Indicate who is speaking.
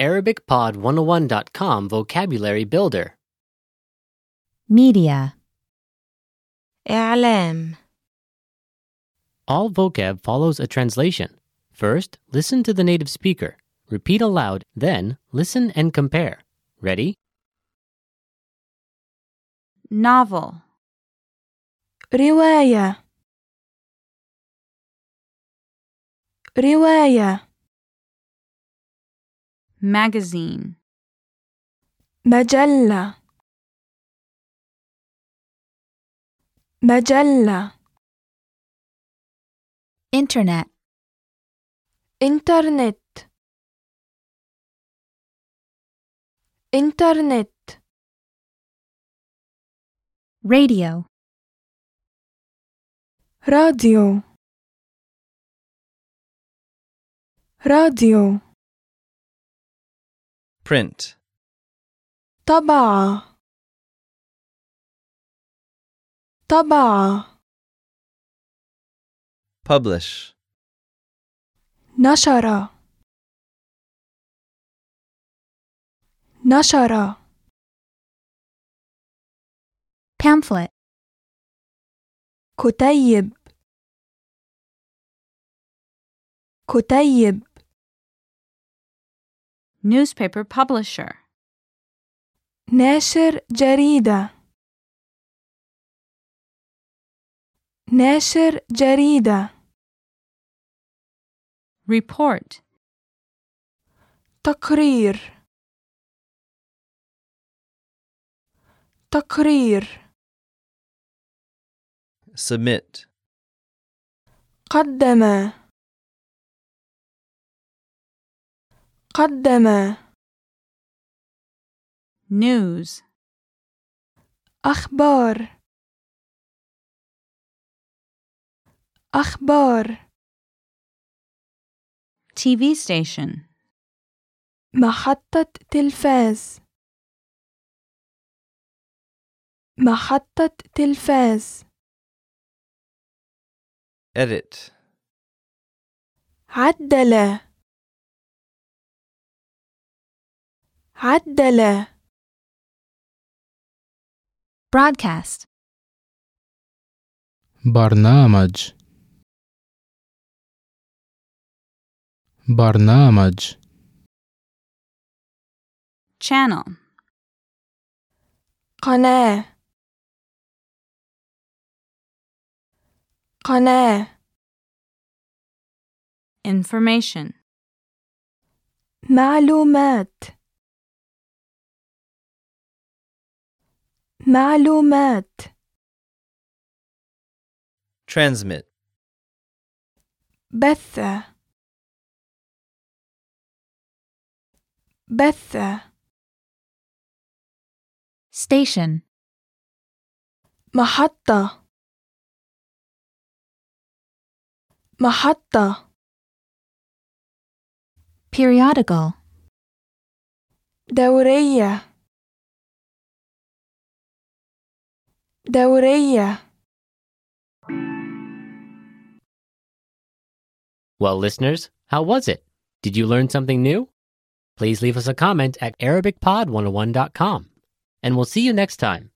Speaker 1: ArabicPod101.com Vocabulary Builder.
Speaker 2: Media.
Speaker 3: إعلام
Speaker 1: All vocab follows a translation. First, listen to the native speaker. Repeat aloud, then, listen and compare. Ready?
Speaker 2: Novel.
Speaker 3: رواية رواية
Speaker 2: Magazine.
Speaker 3: مجلة مجلة
Speaker 2: Internet.
Speaker 3: إنترنت إنترنت
Speaker 2: Radio.
Speaker 3: راديو راديو
Speaker 4: print,
Speaker 3: طبعة طبعة
Speaker 4: publish,
Speaker 3: نشر نشر
Speaker 2: Pamphlet.
Speaker 3: كتيب كتيب
Speaker 2: Newspaper publisher.
Speaker 3: ناشر جريدة ناشر جريدة
Speaker 2: Report.
Speaker 3: تقرير تقرير
Speaker 4: submit,
Speaker 3: قدم قدم
Speaker 2: News.
Speaker 3: أخبار أخبار
Speaker 2: TV station.
Speaker 3: محطة تلفاز محطة تلفاز
Speaker 4: edit,
Speaker 3: عدل عدل
Speaker 2: Broadcast.
Speaker 5: برنامج برنامج
Speaker 2: Channel.
Speaker 3: قناة قناة
Speaker 2: Information.
Speaker 3: معلومات معلومات
Speaker 4: transmit,
Speaker 3: بث بث
Speaker 2: Station.
Speaker 3: محطة محطة
Speaker 2: Periodical.
Speaker 3: دورية دورية
Speaker 1: Well, listeners, how was it? Did you learn something new? oh Please leave us a comment at ArabicPod101.com. And we'll see you next time.